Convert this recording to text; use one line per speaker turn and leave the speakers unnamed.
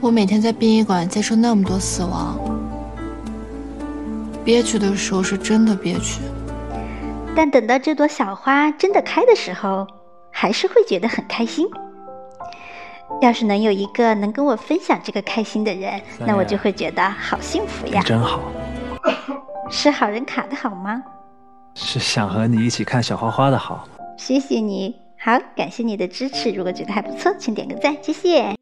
我每天在殡仪馆接触那么多死亡，憋屈的时候是真的憋屈。
但等到这朵小花真的开的时候，还是会觉得很开心。要是能有一个能跟我分享这个开心的人，
三
那我
爷
就会觉得好幸福
你
呀。
真好，
是好人卡的好吗？
是想和你一起看小花花的好。
谢谢你，好，感谢你的支持。如果觉得还不错，请点个赞，谢谢。